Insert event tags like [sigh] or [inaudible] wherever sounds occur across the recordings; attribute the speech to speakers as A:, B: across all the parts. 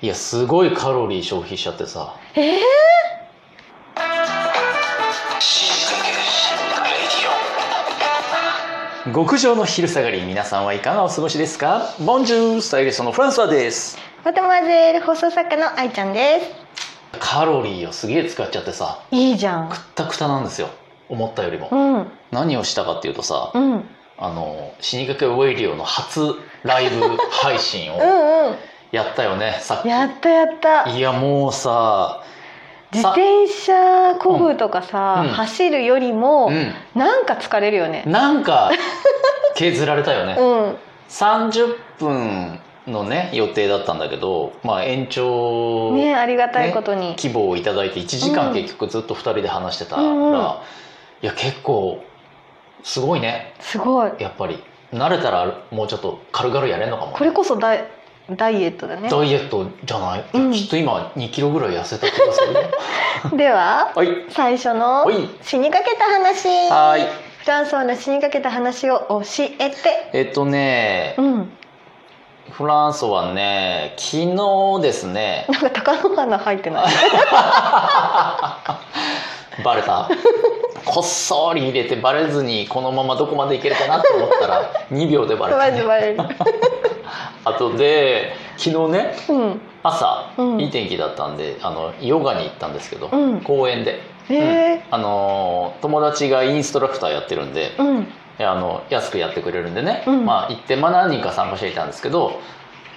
A: いやすごいカロリー消費しちゃってさ
B: ええ
A: 極上の昼下がり皆さんはいかがお過ごしですかボンジュースタイリストのフランスワです
B: またまぜる放送作家の愛ちゃんです
A: カロリーをすげえ使っちゃってさ
B: いいじゃん
A: くったくたなんですよ思ったよりも
B: うん
A: 何をしたかっていうとさ
B: うんうん
A: あの死にかけウェイリオの初ライブ配信を
B: うん
A: やったよねさっ
B: やったやった
A: きいやもうさ
B: 自転車こぐとかさ、
A: うんうん
B: 走るよりも、
A: う
B: なんか疲れるよね
A: んなんか削られたよね
B: うん
A: 30分のね予定だったんだけどまあ延長
B: ねありがたいことに、
A: 希望をいただいて1時
B: う
A: 間
B: ん
A: 結局ずっと2人で話してたから、
B: うんうん
A: いや結構すごいね
B: すごい
A: やっぱり慣れたらもうちょっと軽々やれんのかもね、
B: これこそダイダイエットだね
A: ダイエットじゃない、
B: うん
A: きっと今2キロぐらい痩せた気がするね
B: [laughs] では
A: はい
B: 最初の
A: はい
B: 死にかけた話
A: はい
B: フランスはの死にかけた話を教えて
A: えっとね
B: うん
A: フランスはね昨日ですね
B: なんか高野花入ってない
A: バレ
B: [laughs]
A: たこっそり入れてバレずにこのままどこまでいけるかなと思ったら2秒でバレ
B: [laughs]
A: た、
B: マジ
A: ね、
B: バレる
A: あとで昨日ね
B: うん
A: 朝、
B: うん
A: いい天気だったんであのヨガに行ったんですけど、
B: うん
A: 公園で、
B: へえ
A: あのー友達がインストラクターやってるんで、
B: うん
A: えあの安くやってくれるんでね、
B: うん
A: まあ、行って、まあ、何人か参加していたんですけど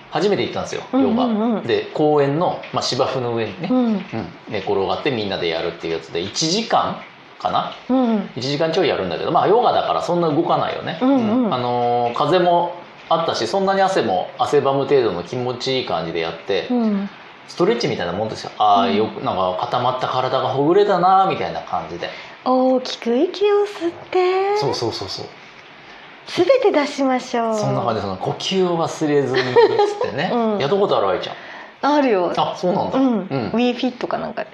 A: 初めて行ったんですよ
B: うん
A: ヨガ、
B: うんうん
A: で公園の、まあ、芝生の上にね、
B: うん
A: うん寝転がってみんなでやるっていうやつで1時間かな
B: うん
A: 1時間ちょいやるんだけどまあヨガだからそんな動かないよね、
B: うんうん
A: あのー風もあったしそんなに汗も汗ばむ程度の気持ちいい感じでやって、
B: うん
A: ストレッチみたいなもんですよああ、
B: うん
A: よくなんか固まった体がほぐれたなーみたいな感じで、
B: 大きく息を吸って
A: そうそうそうそう
B: すべて出しましょう
A: そんな感じでその呼吸を忘れずにっつってね、
B: うん
A: やったことあるあいちゃん
B: あるよ
A: あそうなんだ、
B: うん、
A: うん
B: WeFit かなんかで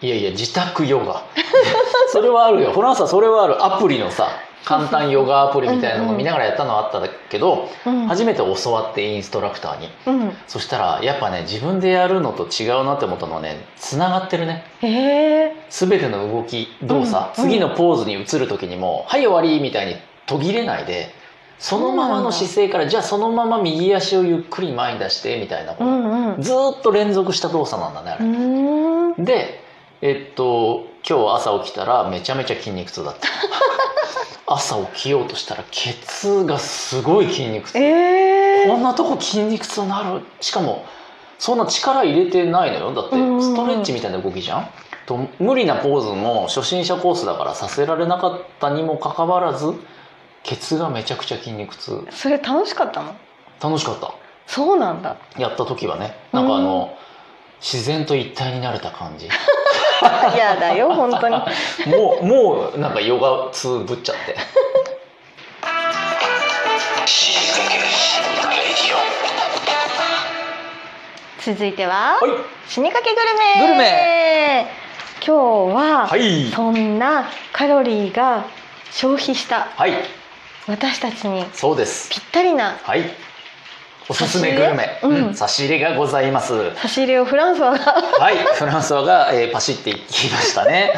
A: いやいや自宅ヨガ [laughs] それはあるよフランスはそれはあるアプリのさ簡単ヨガアプリみたいなのを見ながらやったのはあったけど、
B: うん
A: 初めて教わってインストラクターに
B: うん
A: そしたらやっぱね自分でやるのと違うなって思ったのはねつながってるね
B: へえ
A: 全ての動き動作、
B: うんうん
A: 次のポーズに移る時にも「はい終わり」みたいに途切れないでそのままの姿勢からじゃあそのまま右足をゆっくり前に出してみたいなこ
B: う
A: と、
B: んうん
A: ずーっと連続した動作なんだねあ
B: う
A: れ。
B: ん
A: でえっと今日朝起きたらめちゃめちゃ筋肉痛だった
B: [laughs]
A: 朝起きようとしたらケツがすごい筋肉痛
B: え
A: こ
B: ー
A: んなとこ筋肉痛になるしかもそんな力入れてないのよだって
B: うんうんうん
A: ストレッチみたいな動きじゃんと無理なポーズも初心者コースだからさせられなかったにもかかわらずケツがめちゃくちゃ筋肉痛
B: それ楽しかったの
A: 楽しかった
B: そうなんだ
A: やった時はねなんかあの、自然と一体になれた感じ
B: いやだよ本当に
A: もうもうなんかヨガ痛ぶっちゃって
B: 続いては
A: はい
B: 死にかけグル
A: グ
B: メ
A: ル
B: 今日は、
A: はい
B: そんなカロリーが消費した
A: はい
B: 私たちに
A: そうです
B: ぴったりな
A: はいおすすめグルメ
B: 差し入れうん
A: 差し入れがございます
B: 差し入れをフランスはが
A: はい、フランスワが、えーパシっていきましたね。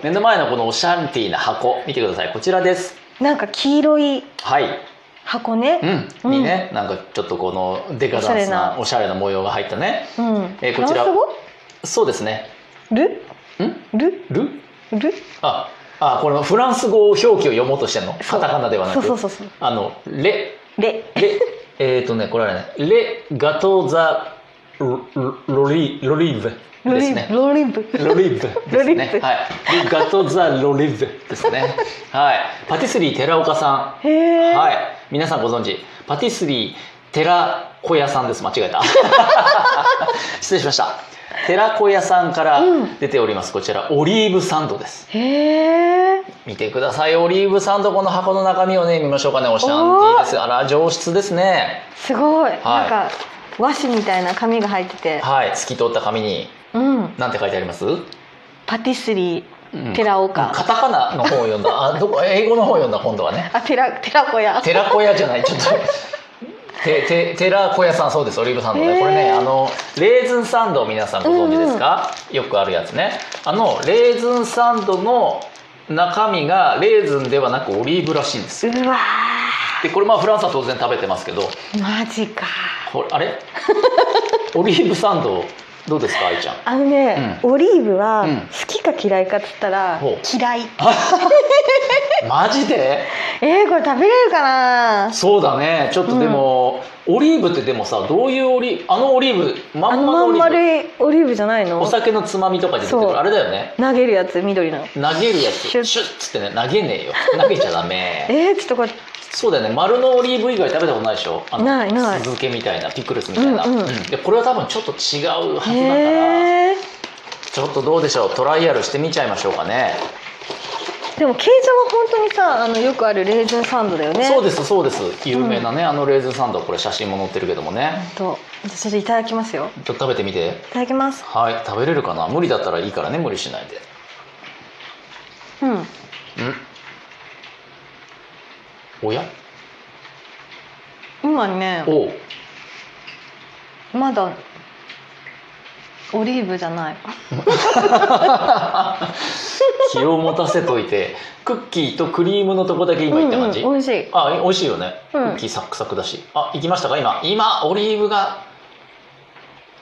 B: う
A: 目の前のこのオシャンティーな箱、見てください。こちらです。
B: んなんか黄色い
A: はい、
B: 箱ね
A: うん、にね、なんかちょっとこのデカダンスなおしゃれな模様が入ったね。
B: うん、
A: えーこちら
B: フラン
A: そうですね。
B: ス語ル
A: ん、
B: ル
A: ル？
B: ル
A: あ、あ、これフランス語表記を読もうとしてんの？
B: そう
A: カタカナではな
B: そう
A: く、
B: そうそうそう
A: あのレ
B: レ
A: レ、 [laughs] えっとね、これはね、レガトーザロロリロリーブ
B: ロ
A: で
B: リ
A: す
B: ブ、
A: ね。
B: ロリブ
A: ロリッブです
B: ロリ
A: ね
B: ッブ。
A: はい。ガトザロリッブですね。はい。パティスリー寺岡さ
B: へえ、
A: ん。はい。皆さんご存知、パティスリー寺子屋さんです。間違えた。 [laughs] 失礼しました。寺子屋さんから
B: うん
A: 出ております。こちらオリーブサンドです。
B: へえ
A: 見てください。オリーブサンドこの箱の中身をね見ましょうかね。おしゃんティーです。あら上質ですね。
B: すご
A: はい
B: い、なんか和紙みたいな紙が入ってて、
A: はい。透き通った紙に
B: うん
A: なんて書いてあります？
B: パティスリー
A: うん
B: 寺岡、
A: カタカナの方を読んだ。あ、どこ英語の方を読んだ今度はね。
B: あ寺寺子屋
A: 寺子屋じゃないちょっと
B: [laughs]
A: てて寺子屋さんそうですオリーブサンドね、
B: へー
A: これねあのレーズンサンド皆さんご存知ですか、よくあるやつねあのレーズンサンドの中身がレーズンではなくオリーブらしいんですよ
B: うわ
A: でこれまあフランスは当然食べてますけど
B: ーマジか
A: これあ
B: [laughs]
A: れオリーブサンドどうですか愛ちゃん
B: あのね、オリーブは
A: うん
B: 好きか嫌いかっつったら、
A: ほう
B: 嫌い
A: マジで
B: えー、これ食べれるかな
A: そうだねちょっとでも、オリーブってでもさどういうオリーブあのオリーブま
B: あ
A: ん
B: の
A: まの
B: ま
A: オ
B: ん
A: リーブ
B: 丸いオリーブじゃないの
A: お酒のつまみとかで出てく
B: そう
A: るあれだよね
B: 投げるやつ緑の
A: 投げるやつ
B: シ
A: シ
B: ュ
A: ュ
B: ッ
A: ッつってね投げねえよ投げちゃダメ
B: [laughs] えー、ちょっとこれ
A: そうだよね丸のオリーブ以外食べたことないでしょあの
B: ないない
A: 酢漬けみたいなピクルスみたいな、
B: うんうん
A: でこれは多分ちょっと違うはずだから、
B: へえ
A: ちょっとどうでしょうトライアルしてみちゃいましょうかね
B: でも形状は本当にさあのよくあるレーズンサンドだよね
A: そう
B: で
A: ですそうです有名なね、あのレーズンサンドこれ写真も載ってるけどもね
B: すとじゃあちょっといただきますよ
A: ちょっと食べてみて
B: いただきます
A: はい食べれるかな無理だったらいいからね無理しないで
B: うん
A: うんおや
B: 今ね
A: おう
B: まだオリーブじゃない
A: 気を持たせといてクッキーとクリームのとこだけ今いった感じ、
B: うんうん、美味しい
A: あ美味しいよね、
B: うん
A: クッキーサックサクだしあ行きましたか今今オリーブが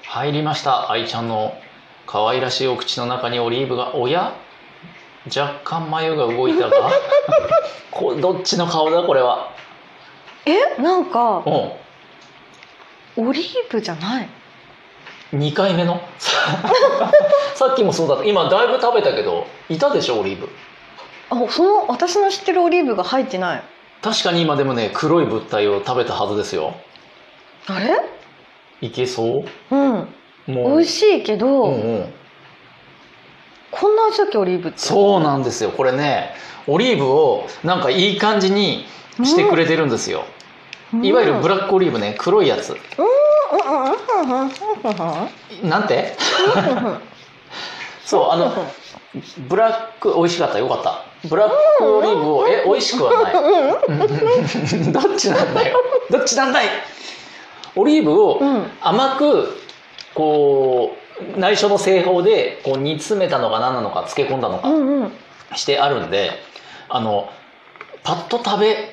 A: 入りました愛ちゃんの可愛らしいお口の中にオリーブがおや若干眉が動いた
B: [laughs]
A: がこどっちの顔だこれは
B: えなんか
A: う
B: オリーブじゃない
A: ん2回目の
B: [laughs]
A: さっきもそうだった今だいぶ食べたけどいたでしょオリーブ
B: あその私の知ってるオリーブが入ってない
A: 確かに今でもね黒い物体を食べたはずですよ
B: あれ
A: いけそう
B: うん
A: もう
B: 美味しいけど、
A: うんうん、
B: こんな味だっけオリーブって
A: そうなんですよこれねオリーブをなんかいい感じにしてくれてるんですよ、
B: うん
A: いわゆるブラックオリーブね黒いやつ
B: うんうんうんうんうんうんうん
A: なんて
B: うん
A: そうあのブラック美味しかったよかったブラックオリーブをえ美味しくはないうんうん [laughs] うんどっちなんだよどっちなんだいオリーブを
B: うんうん
A: 甘くこう内緒の製法でこう煮詰めたのか何なのか漬け込んだのか
B: うんうん
A: してあるんであのパッと食べ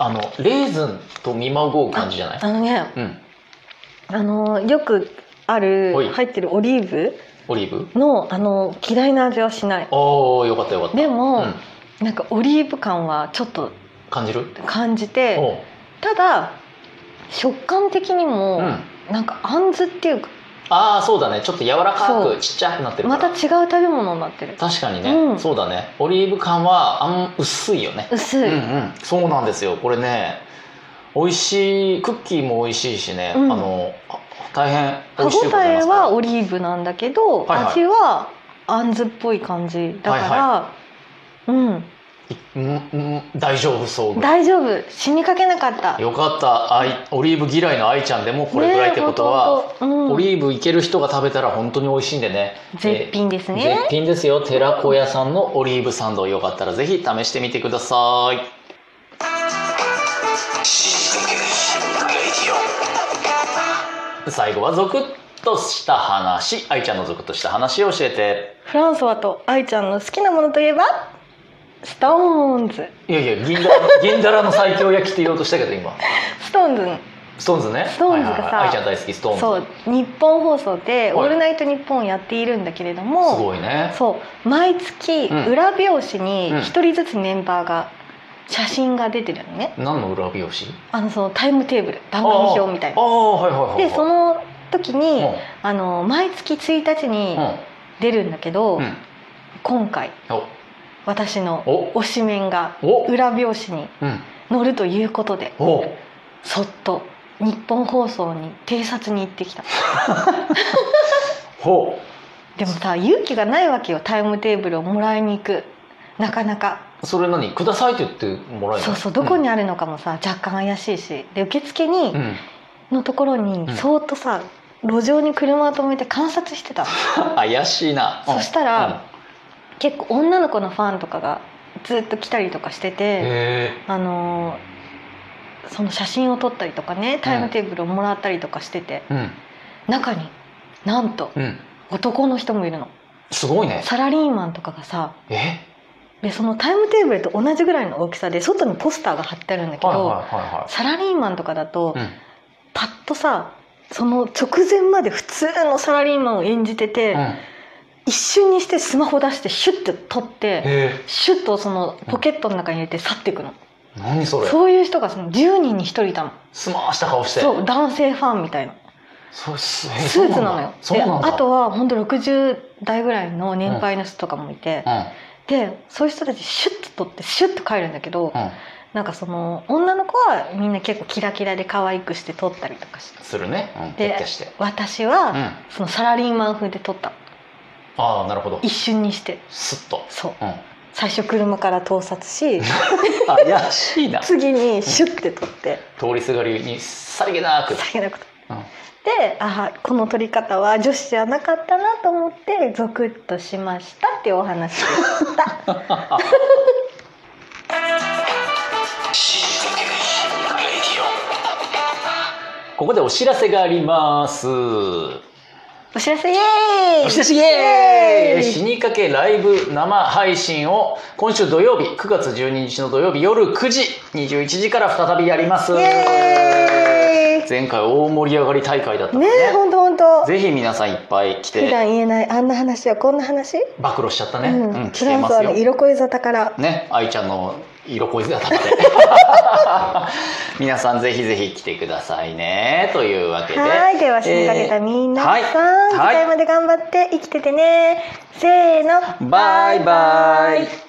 A: あのレーズンと見まごう感じじゃない
B: あのね
A: うん
B: あのよくある
A: はい
B: 入ってるオリーブ
A: オリーブ
B: のあの嫌いな味はしない
A: おーよかったよかった
B: でも
A: うん
B: なんかオリーブ感はちょっと
A: 感じる
B: 感じて
A: おう
B: ただ食感的に
A: う
B: も
A: ん
B: なんかあんずっていうか
A: ああそうだねちょっと柔らか
B: そう
A: くちっちゃくなってるか
B: また
A: ら
B: 違う食べ物になってる
A: 確かにね、
B: うん
A: そうだねオリーブ感はあん薄いよね
B: 薄い、
A: うんうん、そうなんですよこれね美味しいクッキーも美味しいしね、
B: うん
A: あのあ大変美
B: 歯
A: 味しい
B: 応
A: でござい
B: え
A: ますから
B: はオリーブなんだけ
A: は
B: ど、
A: いはい
B: 味はあんずっぽい感じだから、うん
A: うんうん大丈夫そうぐらい
B: 大丈夫死にかけなかった
A: よかったあいオリーブ嫌いの愛ちゃんでもこれぐらいってことは、
B: ねえほんとほんとうん、
A: オリーブいける人が食べたら本当に美味しいんでね
B: 絶品ですね、
A: 絶品ですよ寺子屋さんのオリーブサンドよかったらぜひ試してみてください最後はゾクッとした話愛ちゃんのゾクッとした話を教えて
B: フランソワと愛ちゃんの好きなものといえばストーンズ
A: いやいや銀だ
B: [laughs]
A: らの銀だらの最強焼きって言おうとしたけど今
B: ストーンズ
A: ストーンズね
B: ストーンズがさ
A: はいはいはい愛ちゃん大好きストーンズ
B: そう日本放送で「オ
A: はい
B: ールナイトニッポン」やっているんだけれど
A: す
B: も、
A: ごいね
B: そう毎月
A: うん
B: 裏表紙に
A: うん
B: 1人ずつメンバーが写真が出てるのね
A: 何の裏表紙
B: あのそのタイムテーブル番組表みたい
A: あ
B: な。
A: あはいはいはいはい
B: でその時
A: うん
B: に、あの毎月1日に出るんだけど、
A: うんうん
B: 今回私の
A: お
B: 推しメンが
A: おお
B: 裏表紙に
A: うん
B: 載るということで
A: お
B: そっと日本放送に偵察に行ってきた
A: ほ
B: でもさ勇気がないわけよタイムテーブルをもらいに行くなかなか
A: うそれ何くださいって言ってもらえる
B: そうそうどこにあるのかもさ、若干怪しいしで受付に、
A: うん、うん
B: のところに
A: ん
B: そーっとさ路上に車を止めて観察してた
A: 怪しいな
B: そしたら、結構女の子のファンとかがずっと来たりとかして
A: うん
B: て
A: へえ
B: あのーその写真を撮ったりとかねタイムテーブルをもらったりとかしてて、
A: うん
B: 中になんと
A: うん
B: 男の人もいるの
A: すごいね
B: サラリーマンとかがさ
A: え
B: でそのタイムテーブルと同じぐらいの大きさで外にポスターが貼ってあるんだけど、
A: はいはいはいは
B: サラリーマンとかだと、
A: い、うん、
B: パッとさその直前まで普通のサラリーマンを演じてて、
A: うん
B: 一瞬にしてスマホ出してシュッて撮って
A: え
B: シュッとそのポケットの中に入れて去っていくの、
A: ー、何それ
B: そういう人がその10人に1人いたの
A: スマーした顔して
B: そう男性ファンみたいな
A: そうすえ
B: スーツなのよ
A: そうなんだそうなんだ
B: であとは本当60代ぐらいの年配の人とかもいて、でそういう人たちシュッと撮ってシュッと帰るんだけど、
A: うんうん
B: なんかその女の子はみんな結構キラキラで可愛くして撮ったりとかして
A: するねうん
B: で
A: 徹底して
B: 私
A: うん
B: は
A: あ
B: そのサラリーマン風で撮った
A: あなるほど
B: 一瞬にして
A: スッと
B: そう
A: うん
B: 最初車から盗撮
A: [laughs]
B: し
A: 怪しいな通
B: 次にシュッて撮って
A: りすがりにさりげなく
B: さげなくて、
A: うん
B: であこの撮り方は女子じゃなかったなと思ってゾクッとしましたっていうお話でした
A: [laughs] ここでお知らせがあります
B: お知らせイエーイ
A: お知らせイエーイ
B: イエ
A: 死にかけライブ生配信を今週土曜日9月12日の土曜日夜9時21時から再びやります
B: イエーイ
A: 前回大盛り上がり大会だったの
B: ね
A: で
B: えほんとほんと
A: ぜひ皆さんいっぱい来
B: 普
A: て
B: 段言えないあんな話やこんな話、
A: 暴露しちゃったね、
B: うん
A: うん、
B: フ
A: 聞け
B: ランス
A: ます
B: は
A: よ
B: ね色恋沙汰から
A: ね、愛ちゃんの色恋沙汰
B: [laughs]
A: で皆さんぜひぜひ来てくださいねというわけで
B: はいでは死にかけたみんなさん、
A: えーはい
B: 次
A: はい
B: 回まで頑張って生きててねせーの
A: バイバイ